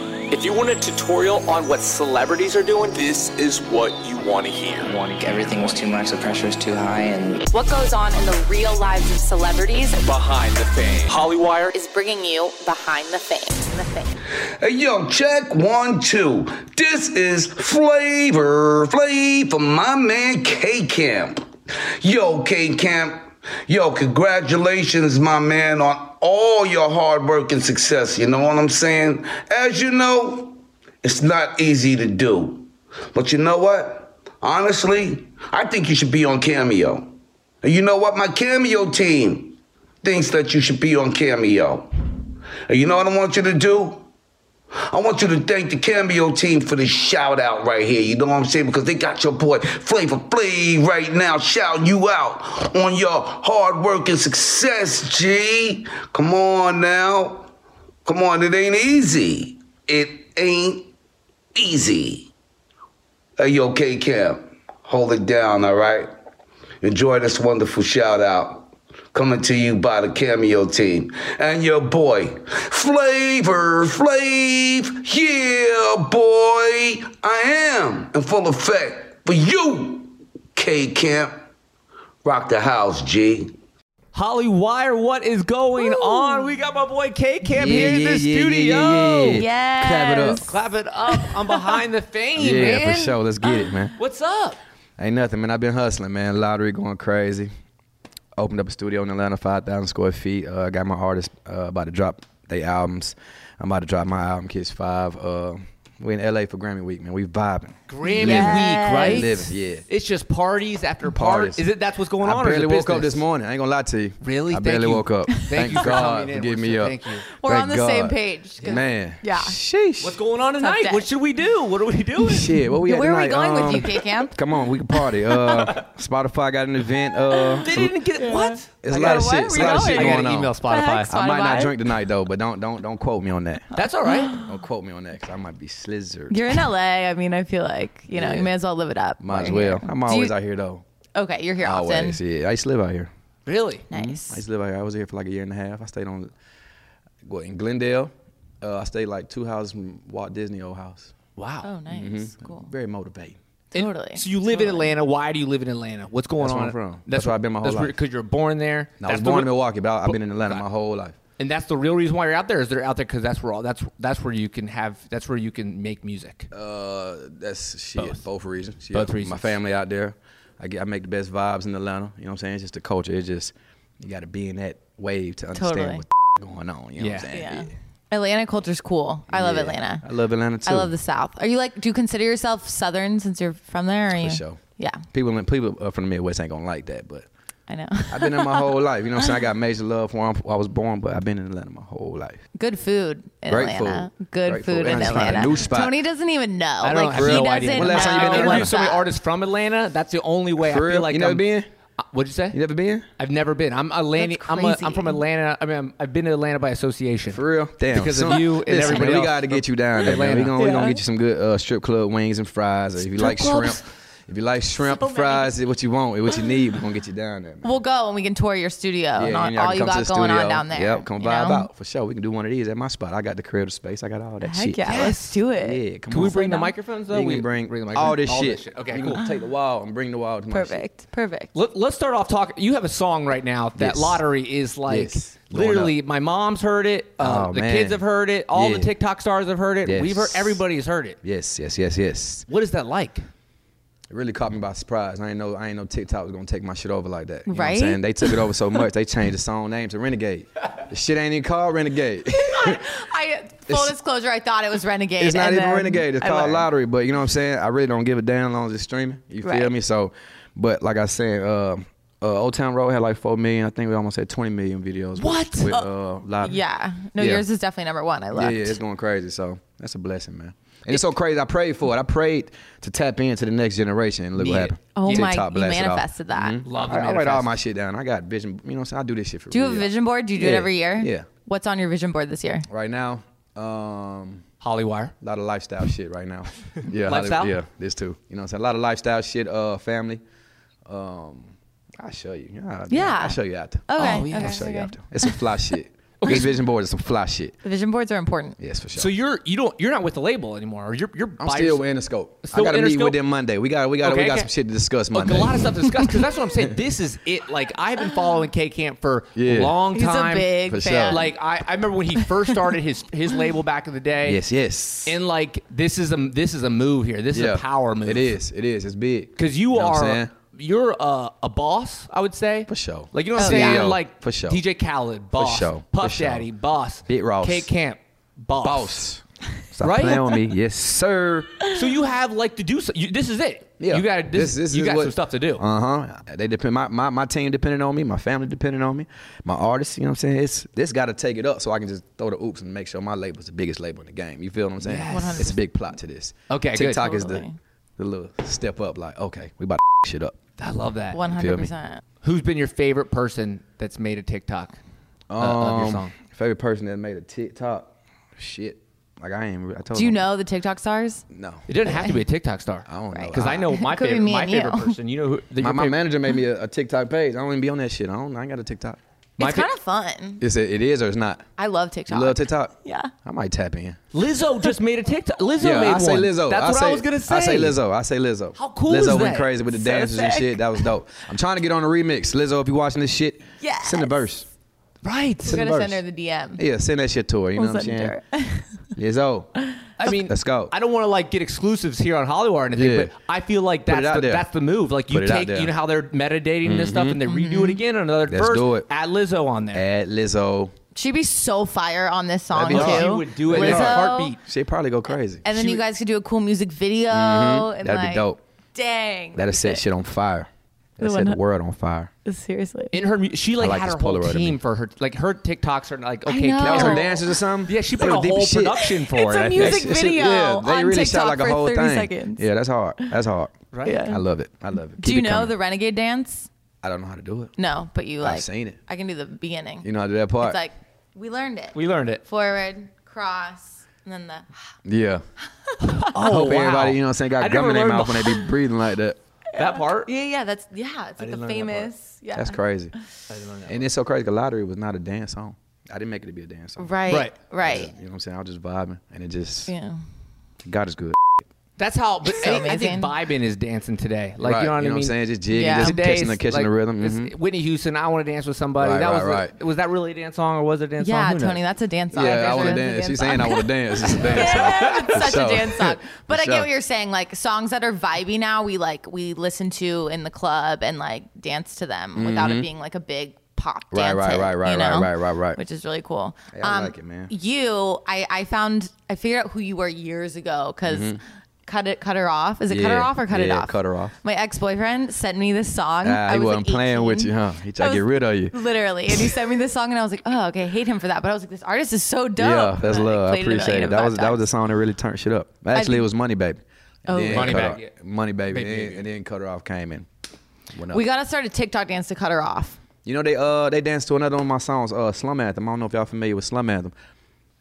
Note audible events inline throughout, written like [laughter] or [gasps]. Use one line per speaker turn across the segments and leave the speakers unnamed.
If you want a tutorial on what celebrities are doing, this is what you want to hear.
Everything was too much, the pressure was too high, and
What goes on in the real lives of celebrities
Behind the fame. Hollywire
is bringing you behind the fame. The fame.
Hey, yo, check one, two. This is Flavor Flay from my man K Camp. Yo, K Camp. Yo, congratulations, my man, on all your hard work and success. You know what I'm saying? As you know, it's not easy to do. But you know what? Honestly, I think you should be on Cameo. And you know what? My Cameo team thinks that you should be on Cameo. And you know what I want you to do? I want you to thank the Cameo team for this shout out right here. You know what I'm saying? Because they got your boy Flavor Flav right now shouting you out on your hard work and success, G. Come on now. Come on, it ain't easy. It ain't easy. Hey, yo, K Cam, hold it down, all right? Enjoy this wonderful shout out coming to you by the Cameo team and your boy Flavor Flav. Yeah, boy, I am in full effect for you, K Camp. Rock the house, G.
Holly Wire, what is going on? We got my boy K Camp here in the studio.
Yes.
Clap it up.
Clap it up. I'm behind [laughs] the fame,
Yeah,
man.
for sure. Let's get it, man.
What's up?
Ain't nothing, man. I've been hustling, man. Lottery going crazy. Opened up a studio in Atlanta, 5,000 square feet. Uh, got my artists uh, about to drop their albums. I'm about to drop my album, Kids 5. Uh, we in LA for Grammy Week, man. We vibing.
Grammy
Yes.
week, right?
Living, yeah.
It's just parties after parties.
Parties.
Is it that's what's going
I
on? or is
barely
it
woke up
business?
this morning. I ain't gonna lie to you.
Really?
I
Thank
barely
you.
woke up.
Thank you for
God
coming in,
getting me
Winston.
up.
Thank you.
We're
Thank
on the same
God.
page, 'cause-
Man.
Yeah.
Sheesh.
What's going on
Tough
tonight?
day.
What should we do? What
[laughs]
are we doing?
Shit, what we
Yeah,
at
where are we
tonight?
going with
Um,
you,
[laughs]
K-Camp?
Come on, we can party. Uh, Spotify got an event. Uh,
They didn't get what?
it's
I
a lot of
gotta-
shit.
where
It's
we
a lot of shit
going?
I
going
got
on.
to email Spotify.
Thanks.
I might
Spotify.
not drink tonight though, but don't don't don't quote me on that.
That's all [gasps] right.
Don't quote me on that because I might be slizzard.
You're in LA. I mean, I feel like you know you may as well live it up.
Might as
while you're
well.
here.
I'm
Do
always
you,
out here though.
Okay, you're here
Always.
often.
Yeah, Mm-hmm. I used to live out here.
Really?
I
Nice.
used to live out here. I was here for like a year and a half. I stayed on, what in Glendale. Uh, I stayed like two houses from Walt Disney old house.
Wow.
Oh, nice.
Mm-hmm.
Cool.
Very motivating.
And
Totally.
So you live in Atlanta. Why do you live in Atlanta? What's going
That's
on?
where I'm from. That's where I've been my whole life.
Because you're born there.
Now, I
That's
was
the
born in
re-
Milwaukee, but I- I've been in Atlanta my whole life.
And that's the real reason why you're out there. Is they're out there because that's where all that's that's where you can have that's where you can make music.
Uh, that's shit. Both, reasons. Yeah.
Both reasons.
My family out there. I get. I make the best vibes in Atlanta. You know what I'm saying? It's just the culture. It's just you got to be in that wave to understand
Totally.
what's going on. You know what
Yeah.
I'm saying?
Yeah. Atlanta culture's cool. I love
Yeah.
Atlanta.
I love Atlanta too.
I love the South. Are you like? Do you consider yourself Southern since you're from there? Or are you?
sure.
Yeah,
People, in- people uh, from the Midwest ain't gonna like that, but
I know.
[laughs] I've been in my whole life. You know what I'm saying? I got major love for where I'm- where I was born, but I've been in Atlanta my whole life.
[laughs] Good food in
Great
Atlanta.
food.
Good
Great
food,
food.
in
And I found a
Atlanta.
new spot.
Tony doesn't even know.
I don't
like
have
he
no
doesn't
idea.
know.
When last time you been to
what's
Atlanta?
interviewed so many
up.
artists from Atlanta. That's the only way I
For
feel
real?
like
You never
I'm-
been?
Uh, what'd you say?
You never been?
I've never been. I'm Atlanta.
That's
I'm, a,
crazy.
I'm from Atlanta. I mean, I'm, I've been to Atlanta by association.
For real? Damn.
Because
son.
of you and
Listen,
everybody
man,
else.
We got to get you down there, man.
Atlanta.
We're going to
Yeah.
get you some good uh, strip club wings and fries. Or if you like
clubs.
shrimp, if you like shrimp,
So many.
fries, it's what you want, it's what you need, we're going to get you down there, man.
We'll go and we can tour your studio and all,
and y'all
all
can
you
come to
got
the
going on
studio.
down there.
Yep, come
you
vibe
know?
out for sure. We can do one of these at my spot. I got the creative space. I got all that
Heck
shit.
yeah, let's do it.
Yeah, come
Can
on.
we bring the microphones though?
You
we
can bring,
the
all
microphones?
this shit.
Okay,
you
cool.
Can take the wall and bring the wall to my shit.
Perfect. Perfect.
Let, let's start off talking. You have a song right now that
Yes.
lottery is like
Yes. Going
literally. My mom's heard it. Uh,
Oh,
the
man.
kids have heard it. All
Yeah.
the TikTok stars have heard it.
Yes.
We've heard. Everybody's heard it.
Yes, yes, yes, yes.
What is that like?
It really caught me by surprise. I ain't know I ain't know TikTok was gonna take my shit over like that. You know what
Right?
I'm saying? They took it over so
[laughs]
much they changed the song name to Renegade. The shit ain't even called Renegade. [laughs]
I full
It's-
disclosure, I thought it was Renegade.
it's not
and
even
then
Renegade. It's
I
called
learned.
Lottery. But you know what I'm saying? I really don't give a damn as long as it's streaming. You feel
Right.
me? So, but like I said, uh, uh, Old Town Road had like four million. I think we almost had 20 million videos. with-
What?
With, uh, Lottery.
Yeah. No,
Yeah.
yours is definitely number one. I
Yeah,
left.
yeah, it's going crazy. So that's a blessing, man. And it's so crazy. I prayed for it. I prayed to tap into the next generation, and look
Need
what
it.
happened.
Oh my!
TikTok
You
blasted off.
manifested that.
Love
I, I write all my shit down. I got vision. You know what I'm saying? I do this shit for
Do you have
real.
a vision board? Do you do it
Yeah.
every year?
Yeah.
What's on your vision board this year?
Right now, um,
Hollywire.
a lot of lifestyle shit right
[laughs]
now. Yeah, Hollywood-
Lifestyle?
Yeah, this too. You know what I'm saying? A lot of lifestyle shit, uh, family. Um, I'll show you. I'll,
Yeah.
I'll show you after.
Okay.
Oh, yeah.
okay,
I'll show you
[laughs]
okay.
after. It's some fly shit. These vision boards are some fly shit.
The vision boards are important.
Yes, for sure.
So you're you don't you're not with the label anymore. Or you're you're
I'm
by
still
yourself.
with Interscope.
Still
I got a meeting
Interscope?
with them Monday. We got we got
Okay,
we got
okay.
some shit to discuss
Look,
Monday. [laughs]
a lot of stuff to discuss because that's what I'm saying. This is it. Like I've been following K Camp for
Yeah.
a long
He's
time.
a big
For sure.
fan.
Like I, I remember when he first started his his label back in the day.
[laughs] Yes, yes.
And like this is a this is a move here. This
Yeah.
is a power move.
It is. It is. It's big.
because you,
know what I'm
are
saying?
you're a, a boss. I would say
For sure.
Like you know what I'm
Oh, yeah.
saying.
CEO,
Like
for sure.
DJ Khaled, boss.
sure, for
Puff
sure.
Daddy, boss.
Big Ross.
K Camp, boss.
boss. Stop
Right?
playing with me. Yes, sir.
So you have like to do. So, you, this is it.
Yeah.
You got this. you
is
got
what-
some stuff to do.
Uh-huh. They depend my, my my team depending on me, my family depending on me, my artists, you know what I'm saying? It's this gotta take it up so I can just throw the oops and make sure my label's the biggest label in the game. You feel what I'm saying?
Yes.
It's a big plot to this.
Okay, good.
TikTok is the
Totally.
the little step up, like, okay, we about to [laughs] shit up.
I love that.
One
feel
hundred
me?
percent.
Who's been your favorite person that's made a TikTok uh, of your
Um,
song?
Favorite person that made a TikTok. Shit. Like I ain't I told
Do you
them-
know the TikTok stars?
No.
It doesn't have to be a TikTok star.
I don't know.
Because I
[laughs]
know my
Could be
favorite,
me
my
and
favorite
you.
person. You know who? the-
My,
your
my
favorite-
manager made me a, a TikTok page. I don't even be on that shit. I don't I ain't got a TikTok.
My
it's
fa-
kind of fun.
Is it it is or it's not?
I love TikTok.
You love TikTok?
Yeah.
I might tap in.
Lizzo just made a TikTok. Lizzo
Yeah,
made
I say
one.
Lizzo.
That's
I
what
say,
I was gonna say.
I say Lizzo. I say Lizzo.
How cool
Lizzo
is
went
that?
crazy with the
Set
dances and
effect.
shit. That was dope. I'm trying to get on a remix. Lizzo, if you're watching this shit,
Yes.
send a verse.
Right.
We're gonna
verse.
send her the DM.
Yeah, send that shit to her. You know
We'll
what I'm
send
saying?
her.
Lizzo.
I mean,
Let's go.
I don't want to like get exclusives here on Hollywood or anything,
Yeah.
but I feel like
Put it
that's
out
the,
there.
that's the move. Like you
Put it out
take,
there. Mm-hmm.
you know how they're metadating this stuff, and they redo it again on another
Let's
verse.
do it.
Add Lizzo on there.
Add Lizzo.
She'd be so fire on this song
That'd be hard.
too.
She would do it in a
Lizzo.
heartbeat.
She'd probably go crazy.
And then
She
you
would-
guys could do a cool music video.
Mm-hmm.
And
That'd be
like,
dope.
Dang.
That'll set shit on fire. That'll set the world on fire.
Seriously.
In her, mu- she like,
like
had
this
her whole
Polaroid of me.
team for her, like her TikToks are like okay.
know.
That was her
Oh.
dances or something?
Yeah, she
They
put a
were deep as
whole
shit.
production for
It's
it.
a
I think.
music
That shit-
video
yeah, they
on
really
TikTok
shot like a
for
whole
30
thing.
seconds.
Yeah, that's hard. That's hard.
Right?
Yeah.
I love it. I love it.
Do
Keep
you
it
know
coming.
the renegade dance?
I don't know how to do it.
No, but you
I've
like.
seen it.
I can do the beginning.
You know how to do that part?
It's like we learned it.
We learned it.
Forward, cross, and then the. [sighs]
Yeah.
[laughs]
Oh,
Hope
wow.
everybody, you know what I'm saying,
I
got
never
gum in their
learned
mouth
the-
when they
[laughs]
be breathing like that.
That part.
Yeah, yeah, that's yeah. It's like
didn't
the
learn that part.
famous. Yeah.
That's crazy. And it's so crazy. 'cause Lottery was not a dance song. I didn't make it to be a dance song.
Right.
Right.
Right.
You know what I'm saying? I was just vibing, and it just
Yeah.
God is good.
That's how. But
So
I, I think
amazing.
vibing is dancing today. Like
Right,
you know what I
you know
mean?
what I'm saying? Just jigging,
Yeah. just
catching the- catching the rhythm,
it's
mhm.
Whitney Houston, I want to dance with somebody.
Right,
that
right,
was the-
right.
was that really a dance song or was it a dance
Yeah,
song? Who knows?
Tony, that's a dance song.
Yeah, I want to
That's a
dance. She's
song.
saying I want to dance.
[laughs]
It's a dance song.
It's
For
such
sure.
a dance
[laughs]
song. But
For
I get
sure.
what you're saying. Like songs that are vibey now, we like we listen to in the club and like dance to them without it being like a big pop
Mm-hmm. Right,
dance.
right,
hit,
right, right,
you
right,
know?
right, right, right.
Which is really cool. Um,
I like it, man.
You, I, I found I figured out who you were years ago because. Cut it, cut her off. Is it cut her
Mm-hmm. Yeah,
off or cut it
yeah,
off?
cut her off.
My ex boyfriend sent me this song.
Ah,
I
he
was
wasn't
like
playing with
18.
you, huh? He tried to
I
get
was-
rid of you.
Literally. And he sent me this song, and I was like, oh, okay, I hate him for that. But I was like, this artist is so dope.
Yeah, that's
And, like,
love. I
played a million
appreciate it.
of
That was that
times.
was the song that really turned shit up. Actually,
think-
it was Money Baby.
Oh,
And then
Money
Cut
Baby,
Off-
yeah.
Money Baby,
Baby,
and-
yeah.
and then Cut Her Off came in. Went up.
We gotta start a TikTok dance to cut her off.
You know they uh they danced to another one of my songs, uh Slum Anthem. I don't know if y'all familiar with Slum Anthem.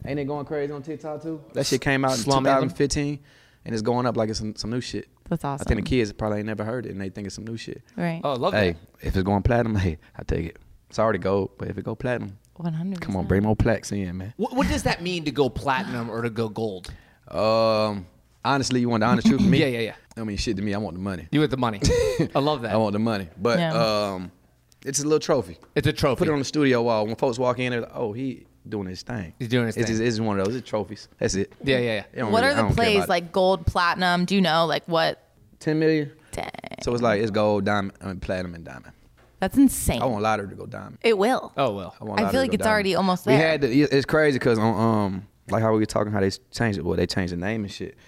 Ain't it going crazy on TikTok too? That shit came out
Slum
in
Anthem?
2015 and it's going up like it's some, some new shit.
That's
I think
awesome.
the kids probably ain't never heard it and they think it's some new shit.
Right.
Oh, I love
Hey,
that.
if it's going platinum, [laughs] hey, I take it. It's already gold, but if it go platinum,
One hundred.
come on, bring more plaques in, man.
What, what does that mean to go platinum or to go gold?
Um honestly, you want the honest truth from me?
[laughs] Yeah, yeah, yeah.
I mean shit to me, I want the money.
You with
[laughs]
the money. I love that.
I want the money. But
Yeah.
um it's a little trophy.
it's a trophy.
Put it on the studio wall. When folks walk in, they're like, "Oh, he doing his thing.
He's doing his
it's
thing.
Just, it's just one of those. It's trophies. That's it.
Yeah, yeah, yeah.
They don't
What
really-
are
I
the
don't care
plays
about it.
like? Gold, platinum. Do you know like what?
Ten million.
Dang,
So it's like it's gold, diamond, I mean, platinum, and diamond.
that's insane.
I want lottery to go diamond.
it will.
oh well.
I, want
I
lottery
feel
to
like
go
it's
diamond.
already almost
We
there.
had to, it's crazy because on um like how we were talking how they changed it. Well, they changed the name and shit.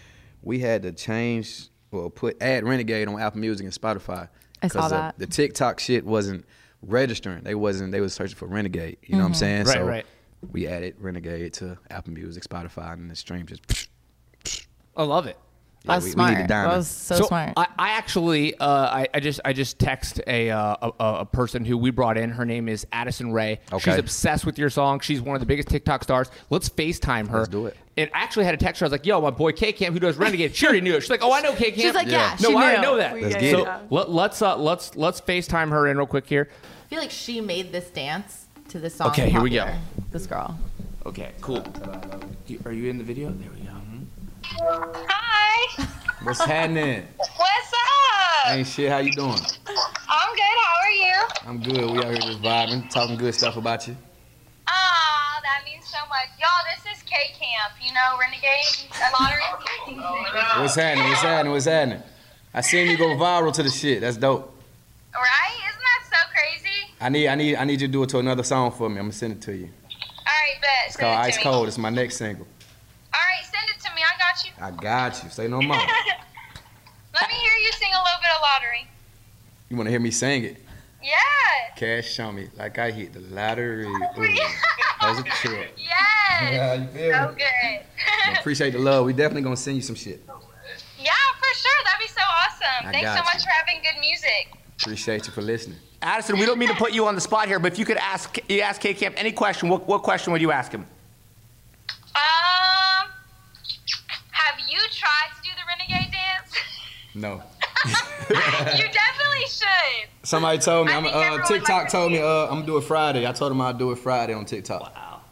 We had to change well put add renegade on Apple Music and Spotify.
I saw
'cause the-
that.
The, TikTok shit wasn't registering. They wasn't. They was searching for renegade. You
Mm-hmm.
know what I'm saying?
Right,
so
right.
We added renegade to Apple Music, Spotify, and the stream just.
I love it.
Yeah,
That's
we- we need
smart.
the
that
diamond.
was so, smart.
I, I actually, uh, I, I just, I just text a, uh, a a person who we brought in. Her name is Addison Ray.
Okay.
She's obsessed with your song. She's one of the biggest TikTok stars. Let's FaceTime her.
Let's do it.
And I actually had a text her. I was like, "Yo, my boy K Camp, who does Renegade, she already knew it." She's like, "Oh, I know K Camp."
She's like, "Yeah,
no,
she
I already
knew.
know that."
Let's get
so
it.
Let, let's uh, let's let's FaceTime her in real quick here.
I feel like she made this dance to this song.
Okay, here we
popular. This girl.
Okay, cool. You- Are you in the video? There we go. Mhm.
Hi.
What's happening?
What's up?
Ain't shit. How you doing?
I'm good. How are you?
I'm good. We out here just vibing, talking good stuff about you.
Ah, that means so much. Y'all, this is K Camp, you know, Renegade Lottery season.
What's happening? What's happening? What's happening? I seen you go viral to the shit. That's dope.
Right? Isn't that so crazy?
I need, I need, I need you to do it to another song for me. I'm gonna send it to you.
All right, bet.
It's
Send
called
it to
Ice
me.
Cold. It's my next single.
All right, send it to me. I got you.
I got you. Say no
[laughs]
more.
Let me hear you sing a little bit of Lottery.
You wanna hear me sing it?
Yeah.
Cash on me like I hit the lottery. Ooh, that was
[laughs]
a
yes.
trip. you feel
So good.
I appreciate the love. We definitely gonna send you some shit.
[laughs] yeah, for sure. That'd be so awesome.
I
Thanks
got
so
you.
much for having good music.
Appreciate you for listening.
Addison, we don't mean to put you on the spot here, but if you could ask, you ask K Camp any question, what, what question would you ask him?
Um, have you tried to do the
[laughs]
renegade dance? [laughs]
No.
you definitely should.
Somebody told me.
I
I'm,
think
uh,
everyone
TikTok
likes
told me
it.
uh, I'm gonna do it Friday. I told him I'll do it Friday on TikTok.
All right,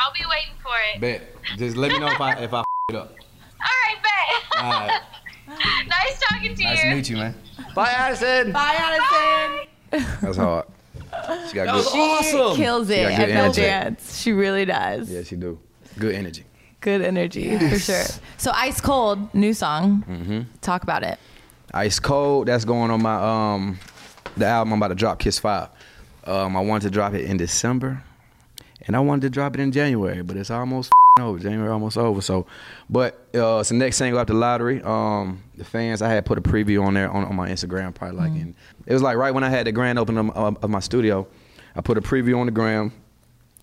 I'll be waiting for it.
Bet. Just let me know if I if I [laughs] f- it up.
All right, bet.
All right.
[laughs] nice talking to
Nice
you.
to meet you, man.
Bye, Addison.
Bye, Addison.
That's hard. She got good.
Awesome.
Kills
You
it
got good
at that
energy.
dance. She really does.
Yeah, she do. Good energy.
Good energy for sure. So Ice Cold, new song.
Mm-hmm.
Talk about it.
Ice Cold. That's going on my um the album I'm about to drop, Kiss Five. Um, I wanted to drop it in December, and I wanted to drop it in January, but it's almost f***ing over. January almost over. So, but uh, it's the next single after the lottery. Um, the fans, I had put a preview on there on, on my Instagram, probably like, and it was like right when I had the grand opening of, of my studio. I put a preview on the gram.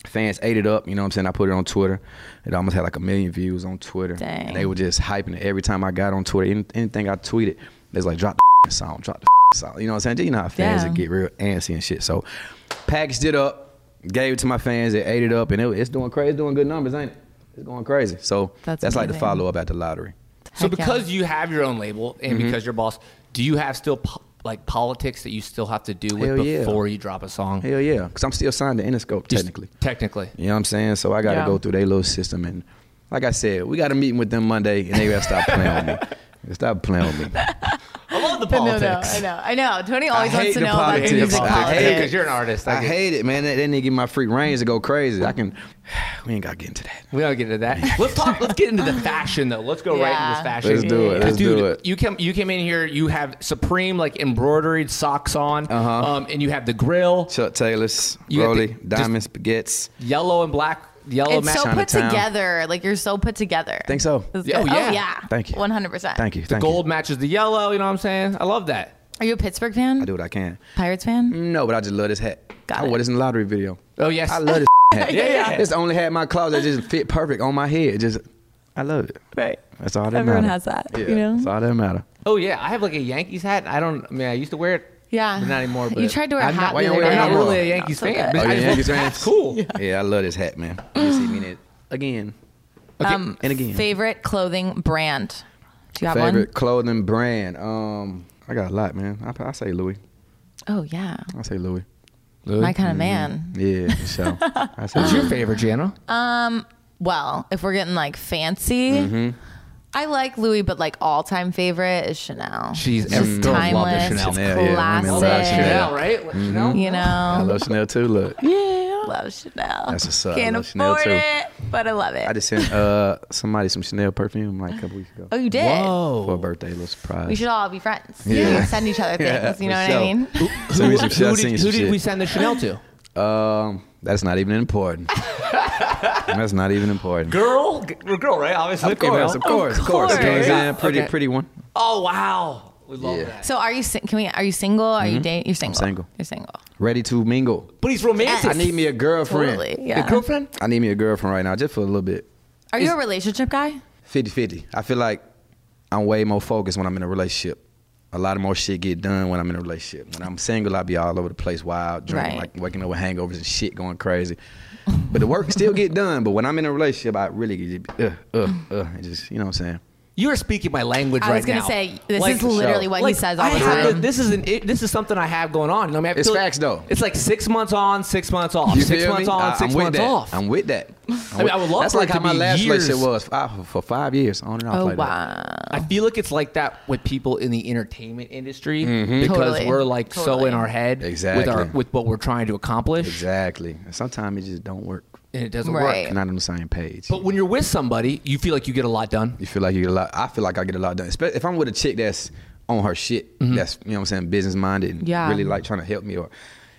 Fans ate it up, you know what I'm saying? I put it on Twitter. It almost had like a million views on Twitter.
Dang.
And they were just hyping it every time I got on Twitter. Any, anything I tweeted, they was like, drop the f***ing song, drop the f***ing song. You know what I'm saying? You know how fans
Yeah.
would get real antsy and shit. So packaged it up, gave it to my fans. They ate it up, and it, it's doing crazy. It's doing good numbers, ain't it? It's going crazy. So
That's
that's, like the
amazing.
follow up at the lottery.
So
Heck yeah.
because you have your own label and because you're boss, do you have still po- like politics that you still have to do with
Hell yeah.
before you drop a song?
Hell yeah, because I'm still signed to Interscope
Just
technically.
Technically.
You know what I'm saying? So I got to
Yeah.
go through their little system, and like I said, we got a meeting with them Monday, and they got to stop playing with me.
[laughs]
Stop playing with me.
I love [laughs] the
No,
politics.
no, I know, I know. Tony always
I hate
wants to
the
know about
politics.
the music
I hate it.
because
politics.
you're an artist. I
I
get-
hate it, man. They, they need to give my freak range to go crazy. I can. [sighs] We ain't got to get into that.
We don't get into that. [laughs] Let's talk. let's get into the fashion though. Let's go right into
Yeah.
this fashion.
Let's do it. Let's
Dude,
do it.
you came you came in here. You have supreme like embroidered socks on, um, and you have the grill,
Chuck Taylors,
You got
Rolly,
the- just-
Diamond Spaghetti's.
yellow and black, yellow
It's
match.
so put
Chinatown.
together. Like you're so put together.
Think so?
It's
Yeah, oh,
good.
yeah.
Thank you.
100%.
Thank you.
the
Thank you.
gold matches the yellow. You know what I'm saying? I love that.
Are you a Pittsburgh fan?
I do Mm. what I can.
Pirates fan?
No, but I just love this hat.
Got
I
it.
wore this in the lottery video.
Oh yes,
I
[laughs]
love this [laughs] hat.
Yeah, yeah.
It's the only hat in my closet that just fit perfect on my head. Just, I love it.
Right.
That's all that
Everyone
matter.
has that,
Yeah,
you know?
that's all that matter.
Oh yeah, I have like a Yankees hat. I don't. I mean, I used to wear it.
Yeah.
But not anymore,
you
but-
tried to wear a
I'm not-
hat.
why
the
you
other
wear a
day.
I'm
hat?
not really a
Yeah.
Yankees
So
fan.
good.
but
Oh, you're
I
a
just love
Yankees
the
fan?
hat. It's [laughs] Cool.
Yeah, I love this hat, man. You see me in it again
Um,
and again.
Favorite clothing brand? Do you have
Favorite clothing brand? Um, I got a lot, man. I, I say Louis.
one? Oh, yeah.
I say Louis.
My kind
Mm-hmm.
of man.
Yeah, for
[laughs]
sure. I say
What's your
Louis.
favorite, Jana?
Well, if we're getting like fancy, I like Louis, but like all time favorite is Chanel.
She's
It's
every
just
girl loves
timeless,
Chanel.
it's
Chanel, yeah, I'm in love with
classic.
Chanel.
Oh, right?
You
I
know,
love Chanel too. Look,
love Chanel.
That's what's up. I
Can't
love Chanel,
afford
too.
it, but I love it.
I just sent uh somebody some Chanel perfume like a couple weeks ago
oh, you did.
for a birthday little surprise.
We should all be friends.
Yeah.
We can send each other
[laughs] Yeah,
things. you know
for
what
sure.
I mean?
Send me some shit. I
Who,
seen
did,
some
who did
shit.
we send the Chanel to?
Um, that's not even important. that's not even important.
[laughs] Girl, we're girl, right? Obviously,
Of course, of course, of course.
course.
You know what I'm saying?
Okay.
Pretty, pretty one.
Oh wow, we love
Yeah.
that.
So are you? sing- Can we? Are you single? Are you dating? You're single.
Mm-hmm. single.
You're single.
Ready to mingle.
But he's romantic.
I need me a girlfriend.
Totally.
Your
Yeah.
girlfriend?
I need me a girlfriend right now, just for a little bit.
Are you a relationship guy?
50 50. I feel like I'm way more focused when I'm in a relationship. A lot of more shit get done when I'm in a relationship. When I'm single, I be all over the place, wild, drinking,
Right.
like waking up with hangovers and shit, going crazy. But the work still get done. But when I'm in a relationship, I really get, uh, uh, uh, and just, you know what I'm saying?
You are speaking my language
I
right
was gonna
now.
say this
Like-
is literally what he
like,
says all
I
the
have
time.
to- this is an it, this is something I have going on. You know, I mean, I
It's
feel like-
facts, though.
It's like six months on, six months off.
You
six
feel
months
me?
on,
I-
6
I'm with
months
that.
off.
I'm with that. I'm
mean,
with-
I would love
That's
for it
like
to
how my
be
last relationship
years.
was I- for five years on and off.
Oh
like That.
wow.
I feel like it's like that with people in the entertainment industry
Mm-hmm.
because
Totally.
we're like Mm-hmm. so
Totally.
in our head with
Exactly.
our with what we're trying to accomplish,
Exactly. And sometimes it just don't work.
and it doesn't
Right.
work.
You're not on the same page.
But when you're with somebody, you feel like you get a lot done.
you feel like you get a lot. I feel like I get a lot done. Especially if I'm with a chick that's on her shit. That's you know what I'm saying, business minded and
Yeah.
really like trying to help me or.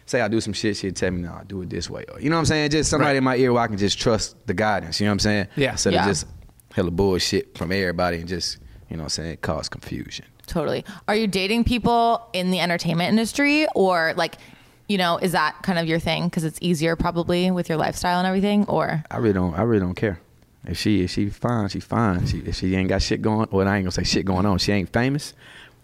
Say I do some shit, she'd tell me, no, do it this way. Or, you know what I'm saying? Just somebody
Right.
in my ear where I can just trust the guidance. You know what I'm saying?
Yeah.
Instead
Yeah.
of just hella bullshit from everybody and just, you know what I'm saying, cause confusion.
Totally. Are you dating people in the entertainment industry or like, you know, is that kind of your thing? Because it's easier probably with your lifestyle and everything. Or
I really don't. I really don't care. If she if she fine, she fine. She, if she ain't got shit going, well, I ain't gonna say shit going on. She ain't famous.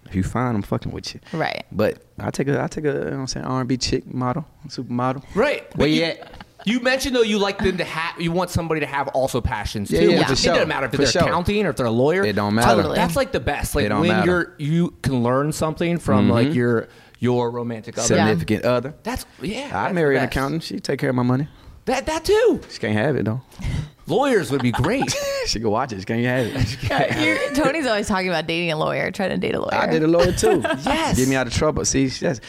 If you fine, I'm fucking with you.
Right.
But I take a I take a you know what I'm saying R and B chick model, supermodel.
Right.
Where
But
you
you-
at?
You mentioned though you like them to have you want somebody to have also passions too.
Yeah, yeah,
which
for
is-
sure,
It doesn't matter if
for
they're
sure.
accounting or if they're a lawyer.
It don't matter.
Totally.
That's like the best. Like
It don't
when
matter. Mm-hmm.
you're you can learn something from like your your romantic other.
Yeah.
Significant other.
That's yeah.
I
that's
marry
the
an
best.
accountant. She take care of my money.
That that too.
She can't have it though. [laughs]
Lawyers would be great.
She can watch it. She can't
[laughs]
have it.
[laughs] You're, Tony's always talking about dating a lawyer, trying to date a lawyer.
I did a lawyer too.
[laughs] Yes.
Get me out of trouble. See, that's.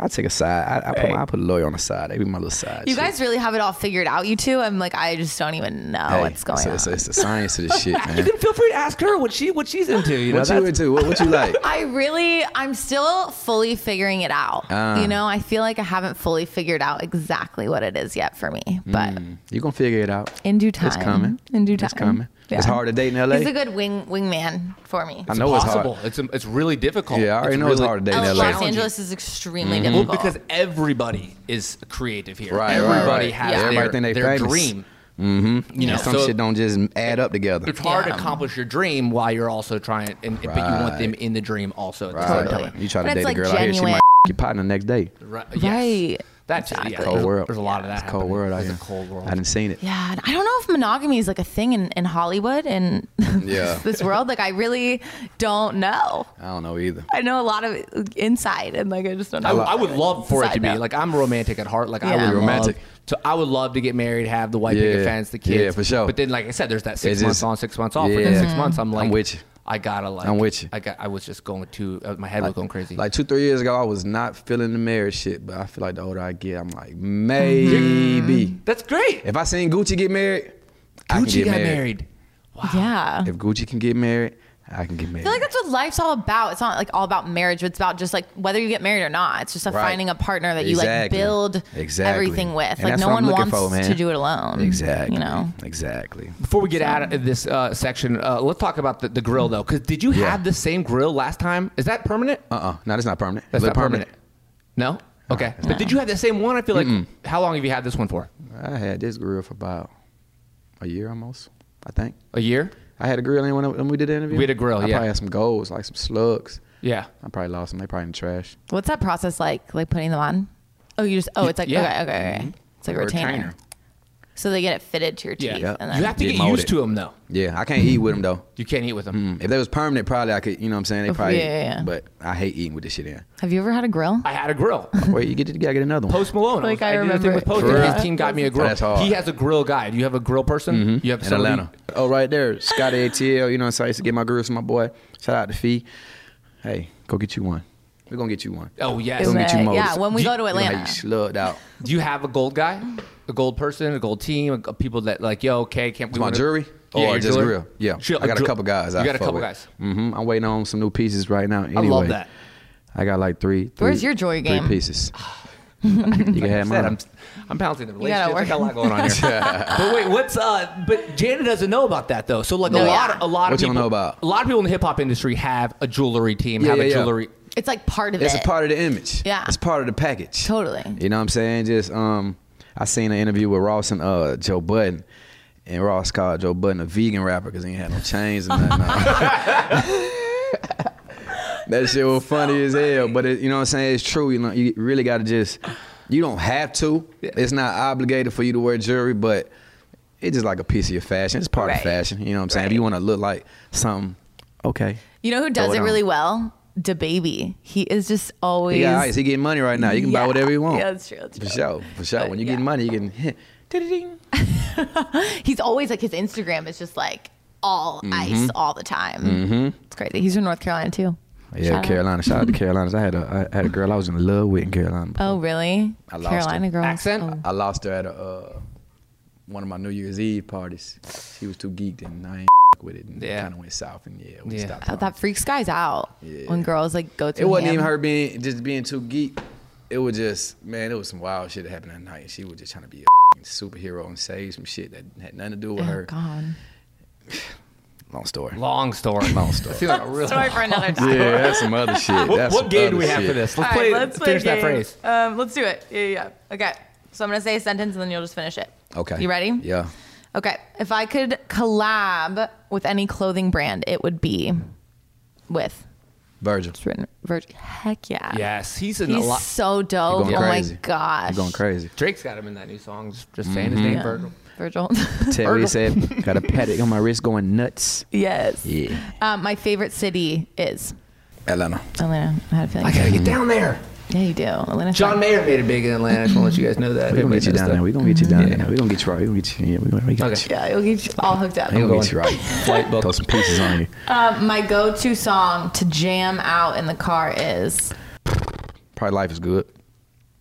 I take a side. I, I, put, my- I put a lawyer on the side. They be my little side.
You
chick.
guys really have it all figured out, you two. I'm like, I just don't even know
Hey,
what's going
it's, a-
on.
It's, a- it's the science of [laughs] this shit,
you
man.
can feel free to ask her what she what she's into. You know
what you
that's-
into? What,
[laughs]
what you like?
I really, I'm still fully figuring it out.
Ah.
you know, I feel like I haven't fully figured out exactly what it is yet for me, but
Mm, You gonna figure it out.
in due time,
It's coming.
In due time,
It's coming. It's hard to date in LA.
He's a good wing wingman for me.
I know it's
possible.
hard.
It's it's really difficult.
Yeah, I already know it's
really-
hard to date in Mm-hmm.
Oh,
LA.
Los Angeles is extremely
Well,
difficult
because everybody is creative here.
Right, right,
everybody
right.
has
Yeah.
their,
Everybody think they
their
famous.
dream. Mm-hmm. You know,
And some
so
shit don't just add up together.
it's hard
Yeah.
to accomplish your dream while you're also trying, and, but you want them
Right.
in the dream also. At the same
Right.
time.
Totally.
You try
But
to date
it's,
a
like,
girl out here, she might
genuine.
your partner the next day.
Right. yes.
Right.
That's yeah,
Exactly.
there's-
Cold world.
There's a lot of that.
It's a cold
happening.
world out
It's
here.
a cold world.
I didn't seen it.
Yeah, and I don't know if monogamy is like a thing in, in Hollywood and [laughs]
Yeah.
this world. Like, I really don't know.
I don't know either.
I know a lot of inside, and like, I just don't know.
I, I would love for it
Side
to be
note.
like I'm romantic at heart. Like I
Yeah.
would
You're
romantic.
Love, so I would love to get married, have the white picket
Yeah.
fence, the
Yeah,
kids.
for sure.
But then, like I said, there's that six
It's
months
just-
on, six months off. But then
Yeah.
six months, I'm like,
with you.
I gotta like,
I'm with you.
I got. I was just going too. Uh, my head was going crazy.
Like two, three years ago, I was not feeling the marriage shit, but I feel like the older I get, I'm like, maybe.
Mm-hmm.
that's great.
If I seen Gucci get married, I can
Gucci
get
got
married.
married.
yeah.
If Gucci can get married, I can get married.
I feel like that's what life's all about. It's not like all about marriage. It's about just like whether you get married or not. It's just like
Right.
finding a partner that you like
Exactly.
build
Exactly.
everything with.
And
like
that's
no
what I'm
one wants
looking for, man.
to do it alone.
exactly.
You know.
Exactly.
Before we get out of this uh, section, uh, let's talk about the, the grill though. Because did you
Yeah.
have the same grill last time? Is that permanent?
Uh uh No, that's not permanent.
That's
Look
not permanent. No.
Uh,
Okay. But did you have the same one? I feel like. How long have you had this one for?
I had this grill for about a year almost, I think.
A year.
I had a grill in when, I- when we did the interview.
We had a grill,
I
yeah.
probably had some golds, like some slugs.
Yeah.
I probably lost them. They probably in the trash.
What's that process like? Like putting them on? Oh, you just oh, it's like
Yeah. Mm-hmm.
okay, okay, okay. It's like a retainer. So they get it fitted to your teeth.
Yeah.
And
You
then,
have to
Get
get
molded.
used to Mm. them though.
Yeah, I can't eat with them though.
You can't eat with them.
If they was permanent, probably I could. You know what I'm saying? They
Oh,
probably.
yeah, yeah, yeah.
But I hate eating with this shit in.
have you ever had a grill?
I had a grill.
Wait, you get you gotta get another one.
Post Malone.
Like, I
I, was- I did a thing
remember
with
it.
Post.
For
and
real?
His team got me a grill.
That's hard. Mm-hmm.
He has a grill guy. Do you have a grill person? You have
in
somebody-
Atlanta. Oh, right there, Scott ATL. You know what I'm saying? I used to get my grills from my boy. Shout out to Fee. Hey, go get you one. We're gonna get you one.
Oh yes.
Don't get you
Right.
molded.
Yeah, when we
You-
go to
You know how
Atlanta.
you slugged out.
Do you have a gold guy, a gold person, a gold team, a, people that like yo, okay, can't we
my
wanna-
jury
Yeah,
or
your
just
jewelry?
grill? Yeah,
Chill,
I got a
jewel-
couple guys.
You
I
got a
fuck
couple
with.
guys.
hmm I'm waiting on some new pieces right now. Anyway,
I love that.
I got like three.
Where's
three-
your jewelry game?
Three
[laughs]
pieces. you can have
Said, I'm,
mine.
I'm balancing the
gotta
relationship. I
work.
got a lot going
[laughs]
on here. but wait, what's uh? But Jada doesn't know about that though. So like
No.
a lot, of- a lot
What
of
you
people
don't know about?
A lot of people in the hip hop industry have a jewelry team,
Yeah,
have a
yeah, yeah.
jewelry.
It's like part of
It's
it.
a part of the image.
Yeah.
It's part of the package.
Totally.
You know what I'm saying? Just um, I seen an interview with Ross and uh Joe Budden. And Ross called Joe Budden a vegan rapper because he ain't had no chains and nothing. on. [laughs] that shit was funny as hell, but it, you know what I'm saying? It's true. You know, you really got to just. You don't have to. It's not obligated for you to wear jewelry, but it's just like a piece of your fashion. It's part
Right.
of fashion. You know what I'm saying? If
Right.
you want to look like something, okay.
You know who does
Throw it
it
on.
really well? Da baby. He is just always.
He got ice. He getting money right now. You can buy
Yeah.
whatever you want.
Yeah, that's true. That's
For
true.
sure. For sure.
But,
when you
yeah.
get money, you can [laughs] hit. ding
He's always like his Instagram is just like all
Mm-hmm.
ice all the time. It's crazy. He's from North Carolina too.
Yeah,
Shout out.
Carolina. Shout out to Carolinas. I had a I had a girl I was in love with in Carolina.
Oh really?
I lost
Carolina
him.
girl. Oh.
Accent?
I lost her at a, uh, one of my New Year's Eve parties. She was too geeked and I ain't [laughs] with it. And
Yeah.
kind of went south and yeah, we
Yeah.
stopped.
Oh,
talking.
that freaks guys out when girls like go to.
it wasn't
him.
even her being just being too geek. It was just man, it was some wild shit that happened that night. She was just trying to be a [laughs] f***ing superhero and save some shit that had nothing to do with
Oh
her.
God.
Long story.
Long story. Long story.
Sorry for another
[laughs]
time.
Yeah, that's some [laughs] other shit.
What,
That's
what
some
game do
other
we have
shit.
for this? Let's
All
play.
right, let's play
finish
a
that
game.
phrase.
Um, let's do it. Yeah, yeah. yeah. Okay. So I'm gonna say a sentence and then you'll just finish it.
Okay.
You ready?
Yeah.
Okay. If I could collab with any clothing brand, it would be with
Virgil.
it's written Virgil. Heck yeah.
Yes, he's in
He's
a lot.
so dope.
You're
Oh
going
my
crazy.
gosh.
I'm going crazy.
Drake's got him in that new song. Just, just saying
Mm-hmm.
his name,
Yeah.
Virgil.
Virgil. [laughs]
Terry said, got a paddock on my wrist going nuts.
yes.
Yeah.
Um, my favorite city is
Atlanta.
Atlanta. I had a feeling.
gotta
Mm-hmm.
get down there.
Yeah, you do. Atlanta.
John Mayer made it big in Atlanta. I just want to let you guys know that.
We're gonna get you down there. We're gonna get you down there. We're gonna get you right. We're gonna get you. Yeah, we're gonna, we gonna
Okay.
get you.
Yeah, you'll get all hooked up.
We're gonna
going.
get you right.
Flight book.
Throw some pieces on you.
Um, my go-to song to jam out in the car is
Probably life is good.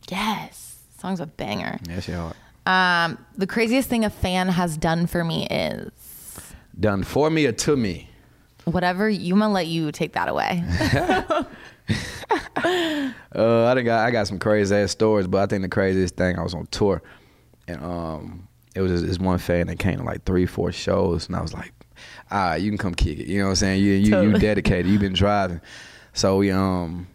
yes. Song's a banger.
Yeah, shit hard.
Um, the craziest thing a fan has done for me is
Done for me or to me?
whatever. You gonna let you take that away.
Uh, I done got I got some crazy ass stories, but I think the craziest thing I was on tour, and um, it was just this one fan that came to like three, four shows, and I was like, ah, you can come kick it. You know what I'm saying? You you, you dedicated. You've been driving. So we um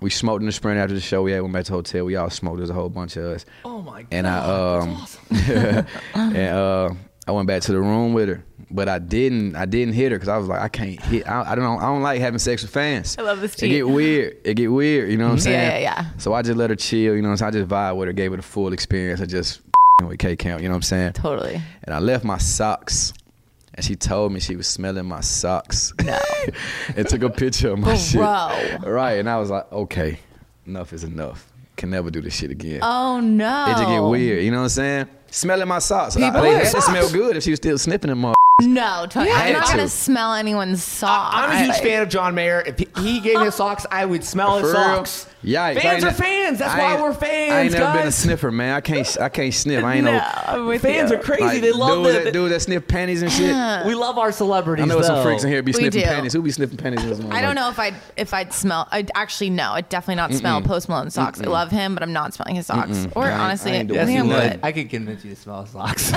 we smoked in the sprint after the show. We had went back to the hotel. We all smoked. There's a whole bunch of us.
Oh my god.
and I um [laughs] and uh I went back to the room with her, but I didn't I didn't hit her because I was like I can't hit I, I don't know I don't like having sex with fans. I
love this
It
tea.
get weird. It get weird. You know what I'm
Yeah,
saying?
yeah, yeah.
So I just let her chill. You know what I'm saying? I just vibe with her, gave her the full experience. I just with K Camp. You know what I'm saying?
totally.
and I left my socks. And she told me she was smelling my socks. [laughs] and took a picture of my shit.
Bro.
Right. And I was like, okay, enough is enough. Can never do this shit again.
Oh no.
It just get weird. You know what I'm saying? Smelling my socks.
People
I, they
are
had to
socks.
smell good if she was still sniffing them. All.
No, totally. I'm
had
not gonna
to.
smell anyone's sock.
I'm a huge
Like,
fan of John Mayer. If he, he gave me his socks, I would smell his
For real?
socks.
Yikes.
Fans
I
are
ain't-
fans. That's
I
why
ain't-
we're
I
fans,
ain't never been a
guys.
sniffer, man. I can't. I can't sniff. I ain't
No,
[laughs]
know.
I'm with
Fans
you.
are crazy. they love
dudes
that.
that dudes that sniff panties and shit. I
we love our celebrities.
know
though.
some freaks in here be
We
sniffing
do.
panties. Who be sniffing panties in this moment?
I don't know if I'd if I'd smell. I actually no. I'd definitely not smell Post Malone socks. I love him, but I'm not smelling his socks. Or
I ain't-
honestly,
I
I,
ain't doing
Yes,
think
you
I'm
that.
would.
good.
I could convince you to smell his [laughs] socks.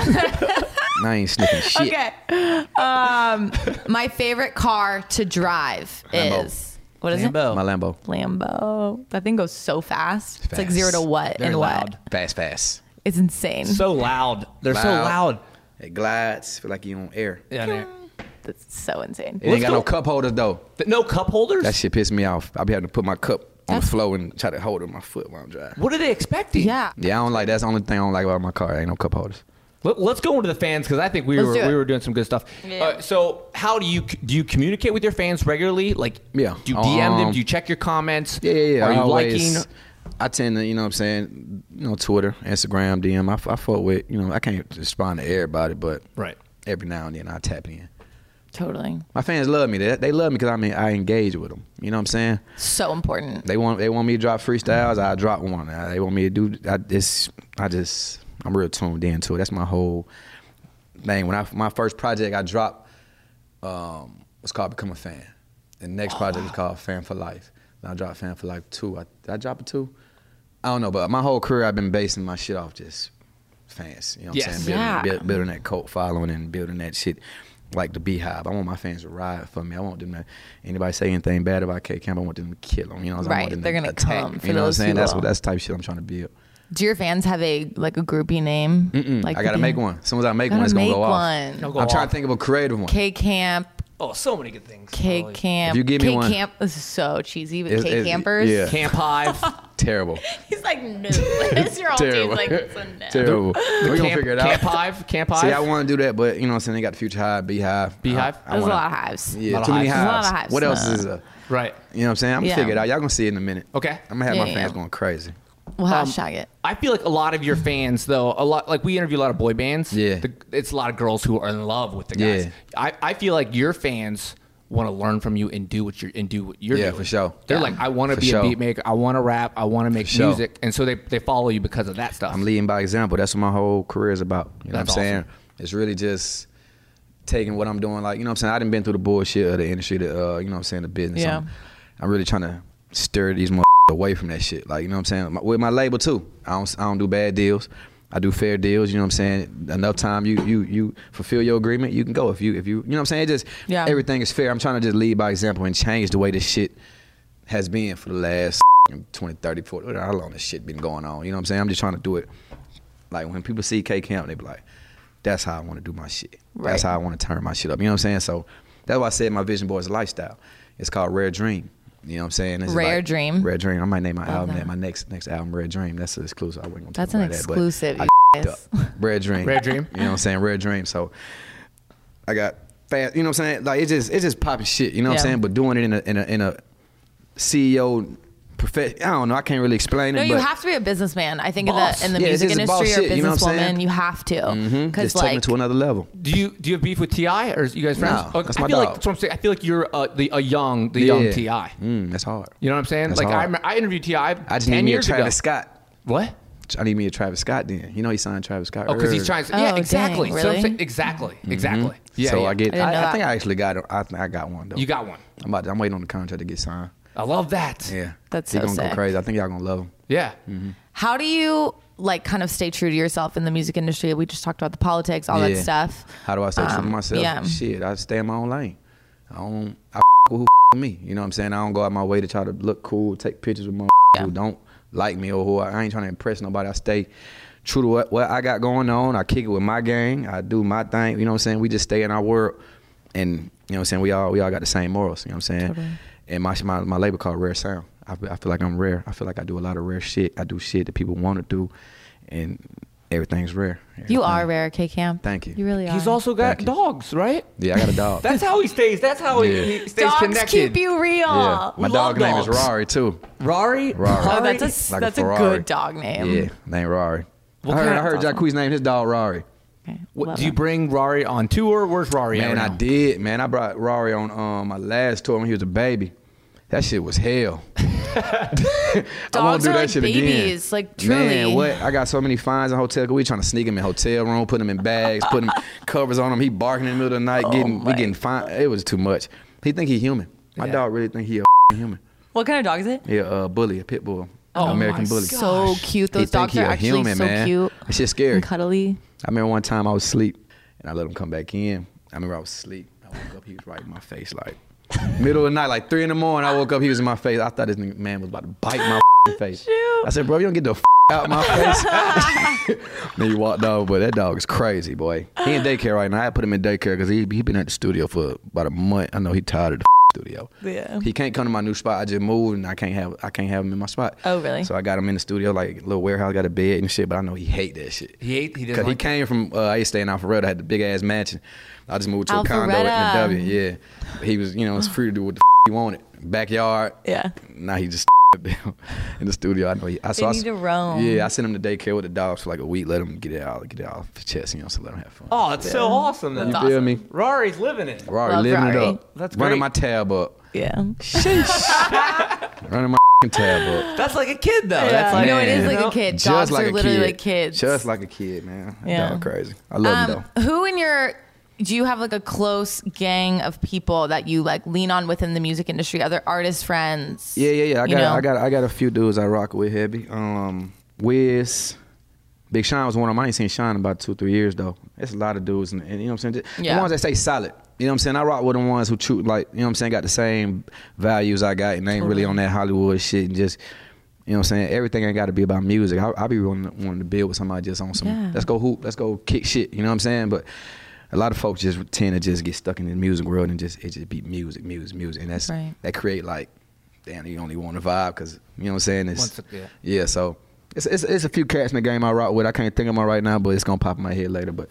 I ain't sniffing shit.
Okay. Um, my favorite car to drive
Lambo.
is what is it?
Lambo.
My Lambo.
Lambo. That thing goes so fast. It's like
Fast.
zero to what
Very
and
loud.
what.
Fast, fast.
It's insane.
so loud. They're so
Loud.
loud.
It glides. Feel like you on air.
Yeah, they're-
That's so insane.
It ain't
Let's
got
go-
no cup holders though.
Th- No cup holders.
That shit pissed me off. I be having to put my cup on the
That's-
floor and try to hold it with my foot while I'm driving.
what are they expecting?
Yeah.
Yeah, I don't like. That's the only thing I don't like about my car. Ain't no cup holders.
Let, let's go into the fans because I think we
Let's do
were
it.
we were doing some good stuff.
Yeah.
Uh, so how do you do you communicate with your fans regularly? Like
Yeah.
do you DM them?
Um,
Do you check your comments?
Yeah, yeah, yeah.
Are
I
you
always-
liking?
I tend to, you know what I'm saying, you know, Twitter, Instagram, DM. I, f- I fuck with, you know, I can't respond to everybody, but
Right.
every now and then I tap in.
Totally.
My fans love me. They, they love me because I mean I engage with them. You know what I'm saying?
So important.
They want they want me to drop freestyles. I drop one. Uh, They want me to do. I this. I just. I'm real tuned into it. That's my whole thing. When I my first project I dropped um, was called Become a Fan. The next project was called Fan for Life. And I dropped Fan for Life two. I, did I drop a two? I don't know, but my whole career I've been basing my shit off just fans. You know what
Yes.
I'm saying? Building,
Yeah.
build- building that cult following and building that shit like the beehive. I want my fans to ride for me. I want them to anybody say anything bad about K Camp, I want them to kill them. You know what I'm saying? I want
Right,
them
they're
to
gonna
attack,
come for
You know what I'm
those
saying?
who
That's
will.
what that's the type of shit I'm trying to build.
Do your fans have a like a groupie name? Like
I gotta
the-
make one. As soon as I make
Gotta
one, it's gonna
make
go off.
one. It'll
go
I'm trying
off.
to think of a creative one.
K Camp
Oh, so many good things.
K
Holy-
camp.
If you give me
K
one-
camp. This is so cheesy, but
It-
K
it-
campers.
yeah.
Camp Hive.
Terrible.
[laughs] He's like, no. It's your whole team's
Terrible. [laughs]
like, it's a no.
Terrible. We're gonna
camp,
figure it
Camp
out.
Hive. Camp Hive.
See, I want to do that, but you know what I'm saying? They got the future high, beehive.
Beehive?
I, I
There's a
wanna-
lot of hives.
Yeah,
lot of
too many
hives.
hives.
A lot of hives,
What else
no.
is a?
right.
You know what I'm saying? I'm gonna
Yeah.
figure it out. Y'all gonna see it in a minute.
Okay.
I'm gonna have
Yeah,
my
yeah,
fans
yeah.
going crazy.
We'll
Um,
hashtag it.
I feel like a
[laughs]
lot of your fans, though, a lot like we interview a lot of boy bands.
Yeah.
the, it's a lot of girls who are in love with the guys.
Yeah.
I, I feel like your fans want to learn from you and do what you're and do what you're
Yeah,
doing.
for sure.
They're
Yeah.
like, I want to
For
be
sure.
a beat maker. I want to rap. I want to make
sure.
music, and so they, they follow you because of that stuff.
I'm leading by example. That's what my whole career is about. You know
That's
what I'm
awesome.
saying? It's really just taking what I'm doing. Like, you know what I'm saying? I didn't been through the bullshit of the industry, the, uh, you know what I'm saying, the business.
Yeah.
I'm, I'm really trying to steer these motherfuckers [laughs] away from that shit. Like, you know what I'm saying? My, with my label, too. I don't, I don't do bad deals. I do fair deals, you know what I'm saying? Enough time you you you fulfill your agreement, you can go if you if you you know what I'm saying? It just
Yeah.
everything is fair. I'm trying to just lead by example and change the way this shit has been for the last 20, 30, 40, whatever, how long this shit been going on. You know what I'm saying? I'm just trying to do it. Like when people see K Camp, they be like, that's how I want to do my shit.
Right.
That's how I want to turn my shit up. You know what I'm saying? So that's why I said my vision board is a lifestyle. It's called Rare Dream. You know what I'm saying? It's
Rare Dream.
Rare Dream. I might name my album
that.
that. My next next album, Rare Dream. That's an exclusive. I wasn't gonna
That's
talk
an
about that, but
exclusive.
I
you guys.
fucked up. [laughs] Red dream.
Red dream.
You know what I'm saying? Red dream. So I got fast. You know what I'm saying? Like it's just it's just popping shit. You know what
Yeah.
I'm saying? But doing it in a in a in a CEO profession. I don't know. I can't really explain
No,
it.
you
but
have to be a businessman. I think in the
Boss.
in the
Yeah, it's
music
just boss
industry or
shit, you know what I'm saying?
businesswoman, you have to because
Mm-hmm. just taking
like
it to another level.
Do you do you have beef with Ti or is you guys friends?
No, that's
I
my
feel like
dog.
that's what I'm saying. I feel like you're uh, the a young the young
Yeah.
Ti.
Mm, that's hard.
You know what I'm saying?
That's
like I,
hard.
remember- I interviewed Ti.
I just
10
need me a
years
Travis
ago.
Scott.
What?
I need me a Travis Scott. Then you know he signed Travis Scott.
Oh, because he's
early.
trying. To,
Oh,
yeah,
dang,
exactly. So I'm
really?
saying, exactly, exactly. Yeah.
Mm-hmm. so
yeah.
I get.
didn't
I,
know
I,
that.
think I actually got. I think I got one though.
You got one.
I'm about. To, I'm waiting on the contract to get signed.
I love that.
Yeah. Mm-hmm.
That's
He
so
gonna
sick.
go crazy. I think y'all gonna love him.
Yeah.
how do you like kind of stay true to yourself in the music industry? We just talked about the politics, all that
Yeah.
stuff.
How do I stay true to
Um,
myself?
yeah.
Shit, I stay in my own lane. I don't. I f- with who f- me. You know what I'm saying? I don't go out my way to try to look cool, take pictures with my who don't like me or who I, I ain't trying to impress nobody. I stay true to what, what I got going on. I kick it with my gang. I do my thing. You know what I'm saying? We just stay in our world, and you know what I'm saying. We all we all got the same morals. You know what I'm saying? And my my my label called Rare Sound. I, feel- I feel like I'm rare. I feel like I do a lot of rare shit. I do shit that people want to do, and everything's rare.
You are
Everything.
rare, K Camp.
Thank you.
You really are.
He's also got
Thank you.
dogs, right?
Yeah, I got a
[laughs]
dog.
That's how he stays. That's how
Yeah.
he, he stays
dogs
connected.
keep you real.
Yeah, my
We
dog
love
name is
dogs.
Rari too.
Oh, Rari.
Rari.
Oh, that's a s-
Like a
that's a,
Ferrari.
good dog name.
Yeah, name Rari.
What
I heard,
kind
I
of-
heard Jacquees named his dog Rari.
Okay,
What,
love
do you
it.
bring Rari on tour? Where's Rari at?
Man,
right
I
now?
did. Man, I brought Rari on um, my last tour when he was a baby. That shit was
[laughs]
hell. [laughs] I won't
Dogs
do
are
that
like
shit
babies,
again.
like, truly.
Man, what? I got so many fines in hotel. 'cause We trying to sneak him in hotel room, put him in bags, put
[laughs]
him covers on him. He barking in the middle of the night,
Oh,
getting we getting fined. It was too much. He think he human. My
Yeah.
dog really think he a [laughs] human.
What kind of dog is it?
He a uh, bully, a pit bull,
Oh
American bully.
So cute.
He
Those
think
dogs
he
are
a
actually
human,
so
man.
cute
That shit's scary.
and cuddly.
I remember one time I was asleep and I let him come back in. I remember I was asleep. I woke up, he was right in my face, like middle of the night, like three in the morning. I woke up, he was in my face. I thought this nigga- man was about to bite my face. I said, bro, you don't get the f- out my face. [laughs] then he walked over, but that dog is crazy, boy. He in daycare right now. I put him in daycare because he he been at the studio for about a month. I know he tired of the f- studio.
Yeah.
He can't come to my new spot. I just moved and I can't have I can't have him in my spot.
Oh, really?
So I got him in the studio, like little warehouse, got a bed and shit. But I know he hate that shit.
He ate- he didn't
Cause he
like it.
came from uh, I used to stay in Alpharetta, had the big ass mansion. I just moved to a condo
Alpharetta.
in the W. Yeah, he was you know it's free to do what the he wanted. Backyard.
Yeah.
Now he just [laughs] down in the studio. I know he. I, so
They
I,
need to roam.
Yeah, I sent him to daycare with the dogs for like a week. Let him get it out, get it out off his chest. You know, so let him have fun.
Oh, that's so awesome. Then.
you feel me?
Rari's living it.
Rari
Love
living
Rari.
it up.
That's
running
great.
my tab up.
Yeah.
[laughs] Running my tab up.
That's like a kid though.
Oh,
That's
No,
like
it is
Man.
like a
No.
kid.
Just
dogs
like
are
a
literally
kid.
like kids.
Just like a kid, man.
Yeah.
Yeah. Dog crazy. I love him
um,
though.
who in your do you have like a close gang of people that you like lean on within the music industry? Other artist friends?
Yeah, yeah, yeah. I
you
got,
know?
I got, I got a few dudes I rock with heavy. Um, Wiz, Big Sean was one of them. I ain't seen Sean in about two, three years though. It's a lot of dudes, and, and you know what I'm saying. Just,
Yeah.
The ones that stay solid. You know what I'm saying? I rock with the ones who true, like you know what I'm saying, got the same values I got, and they ain't really on that Hollywood shit, and just. You know what I'm saying? Everything ain't got to be about music. I, I be wanting, wanting to build with somebody just on some.
Yeah.
Let's go hoop. Let's go kick shit. You know what I'm saying? But a lot of folks just tend to just get stuck in the music world and just it just be music, music, music, and that's
Right.
that create like, damn, you only want to vibe because you know what I'm saying. It's
Once a- yeah.
yeah, so. It's, it's, it's a few cats in the game I rock with. I can't think of them right now, but it's gonna pop in my head later. But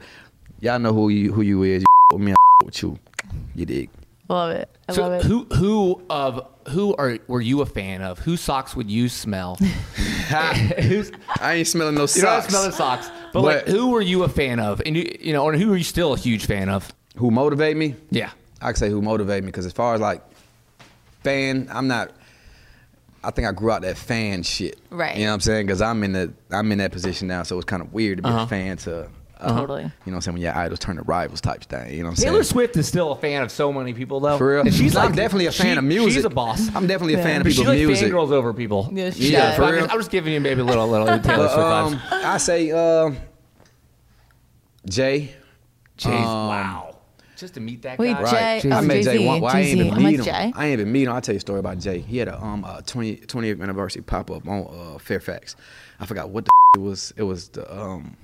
y'all know who you who you is. You [laughs] with me, I with you. You dig?
Love it. I
So
love it.
who who of who are were you a fan of? Whose socks would
[laughs]
you smell? [laughs] Who's,
I ain't smelling no
you don't
socks.
smell the socks, but like
But-
who were you a fan of? And you you know, or who are you still a huge fan of?
who motivate me?
Yeah.
I could say who motivate me because as far as like fan, I'm not. I think I grew out that fan shit.
Right.
You know what I'm saying? Because I'm in the I'm in that position now, so it's kind of weird to be
Uh-huh.
a fan to. Uh,
Totally.
You know what I'm saying? When your idols turn to rivals type thing. You know what I'm saying?
Taylor Swift is still a fan of so many people though.
For real.
And she's like
I'm definitely a fan
she-
of music.
She's a boss.
I'm definitely a fan of
But she
people's
like
music.
fangirls over people.
Yeah,
But
she
Yeah,
does.
for
I'm,
real.
just, I'm just giving you maybe a little
[laughs]
little Taylor
But,
Swift vibes.
um, I say uh, Jay.
Jeez,
um,
wow. Just to meet that
Wait,
guy.
Jay- Jay-
I
um,
met Jay
Jay-Z,
one. Well, I ain't
Jay-Z.
even
I'm
meet him.
like, Jay?
I ain't even meet him. I'll tell you a story about Jay. He had a um a 20, 20th anniversary pop up on uh, Fairfax. I forgot what the [laughs] it was. It was the um.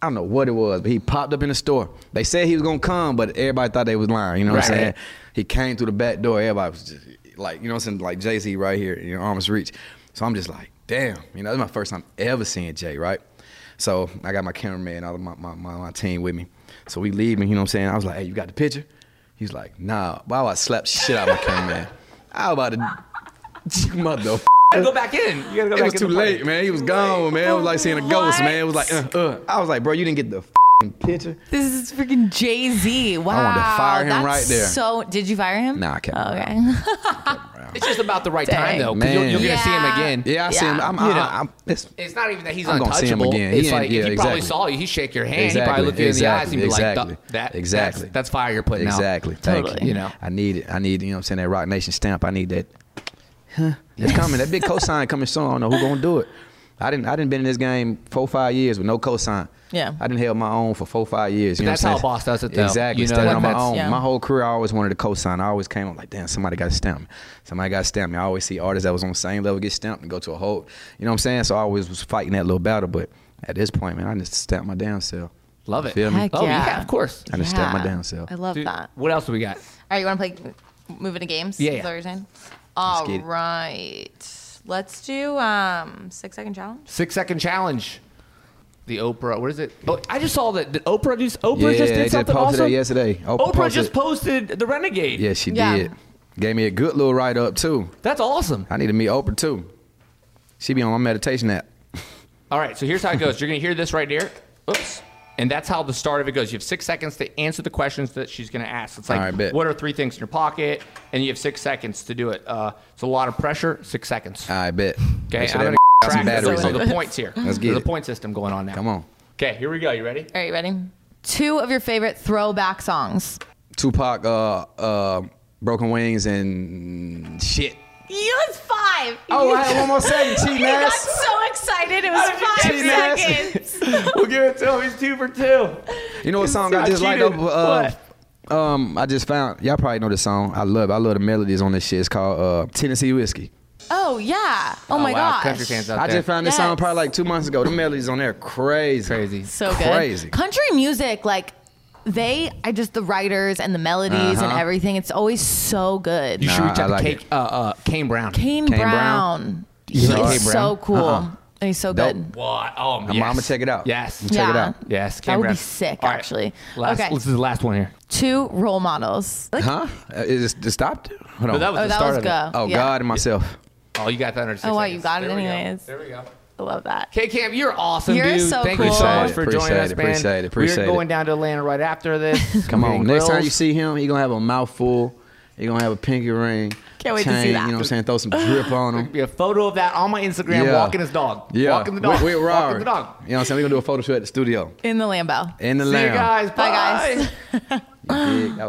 I don't know what it was, but he popped up in the store. They said he was gonna come, but everybody thought they was lying. You know what I'm
Right.
saying? He came through the back door. Everybody was just like, you know what I'm saying? Like Jay Z right here in your arm's reach. So I'm just like, damn. You know, this is my first time ever seeing Jay, right? So I got my cameraman and all of my, my, my, my team with me. So we leaving, you know what I'm saying? I was like, hey, you got the picture? He's like, nah. Wow, I slapped shit out of my cameraman. How about to [laughs] mother?
You gotta go back in. You gotta go
It
back
was
in
too
the party.
late, man. He was gone, man. It was like seeing a ghost, man. It was like, uh, uh. I was like, bro, you didn't get the f***ing picture.
This is freaking Jay Z. Wow.
wanted to fire him
that's
right there.
So, did you fire him?
Nah, I kept him
Okay.
It's just about the right time
Dang.
though, because you're,
Man.
you're gonna see him
Yeah.
again.
Yeah, I see him. I'm,
You
I,
know.
I'm, it's,
It's not even that he's
I'm gonna see him
untouchable.
again.
It's
Yeah,
like
yeah,
if he probably
exactly.
saw you, he shake your hand, he
Exactly,
probably look you in the eyes and be
exactly,
like, "Duh, "That
exactly.
that's, that's fire you're putting
exactly.
out."
[laughs]
Thank
Totally.
you.
You know.
I need it. I need, you know what I'm saying, that Rock Nation stamp. I need that. Huh? It's coming. That big cosign coming soon. I don't know who gonna do it. I didn't. I didn't been in this game four five years with no cosign.
Yeah.
I didn't held my own for four five years. You know
That's
what I'm
how
saying?
a boss does it, though.
Exactly.
You know,
Standing
like
on my
that's-
own.
yeah.
My whole career, I always wanted a cosign. I always came. I'm like, damn, somebody got to stamp me. Somebody got to stamp me. I always see artists that was on the same level get stamped and go to a hold. You know what I'm saying? So I always was fighting that little battle. But at this point, man, I just stamped my damn self.
Love
You
it.
Feel me?
Heck
Oh, yeah,
yeah.
of course.
I just stamped my damn self.
I love
Dude,
that.
what else do we got?
All right, you want to play move into games?
Yeah,
Is
yeah.
that what you're saying? All
get it.
right. Let's do um six second challenge.
Six second challenge. The Oprah. What is it? Oh, I just saw that. Did Oprah do? Oprah
yeah,
just
they
did
just
something
posted
awesome
that yesterday. Oprah,
Oprah
posted,
just posted the Renegade.
Yeah, she
Yeah.
did. Gave me a good little write up too.
That's awesome.
I need to meet Oprah too. She be on my meditation app.
All right, so here's how it goes. You're gonna hear this right here. Oops. And that's how the start of it goes. You have six seconds to answer the questions that she's gonna ask. It's like,
All right, bet.
what are three things in your pocket? And you have six seconds to do it. Uh, it's a lot of pressure. Six seconds.
I bet.
Okay,
So
I'm
Uh, that got
gonna
[laughs] some
track
batteries
so
in
the
it.
points here.
Let's get
There's a
it.
point system going on now.
Come on.
Okay, here we go. You ready?
All right, you ready? Two of your favorite throwback songs.
Tupac, uh, uh, Broken Wings, and shit.
You was five.
Oh, I had one more second. Cheating [laughs] ass.
so excited. It was five
cheating ass?
we'll give it to him. He's two for two.
You know what song I
I
just liked?
cheated.
Uh, um, I just found. Y'all probably know this song. I love. it. I love the melodies on this shit. It's called uh, Tennessee Whiskey.
Oh yeah. Oh, my
wow,
gosh.
country fans out
I
there.
just found this song
Yes.
probably like two months ago. The melodies on there crazy.
Crazy.
so good.
Crazy.
Country music, like they, I just the writers and the melodies and
Uh-huh.
everything. It's always so good.
You should
Nah,
reach out
I
to
like
Kate, uh, uh, Kane Brown.
Kane,
Kane Brown.
Brown. He's
like Kane
so
Brown?
cool.
Uh-uh.
And he's so
Dope.
good.
What? Oh, yes.
I'ma check it out.
Yes.
Check it out.
Yes. Kane
That would
Brown.
be sick,
All right,
actually.
Last,
okay.
This is the last one here.
Two role models. [laughs] Like,
Huh? Uh, Is it stopped? Hold on.
No, that was
oh,
the
that
start
was
of
go.
it.
oh
Yeah.
God and myself.
Oh, you got that under six
Oh, wow,
seconds.
you got it
There we go.
anyways.
There we go.
I love that.
K Camp, you're awesome,
You're
dude.
so
Thank you
cool.
so much
Appreciate
for
it,
joining us,
appreciate it,
man.
appreciate
We're
it.
going down to Atlanta right
[laughs]
after this.
Come on.
Getting
Next time
grills.
you see him, he gonna have a mouthful. He gonna have a pinky ring.
Can't wait to see
chain,
that.
You know what I'm saying? Throw some drip on him.
be a photo of that on my Instagram
Yeah.
walking his dog.
Yeah.
Walking the dog.
We, we're
walking the dog.
You know what I'm saying? We're gonna do a photo shoot at the studio.
In the Lambo.
In the
See you
lounge.
guys.
Bye, guys.
You dig? That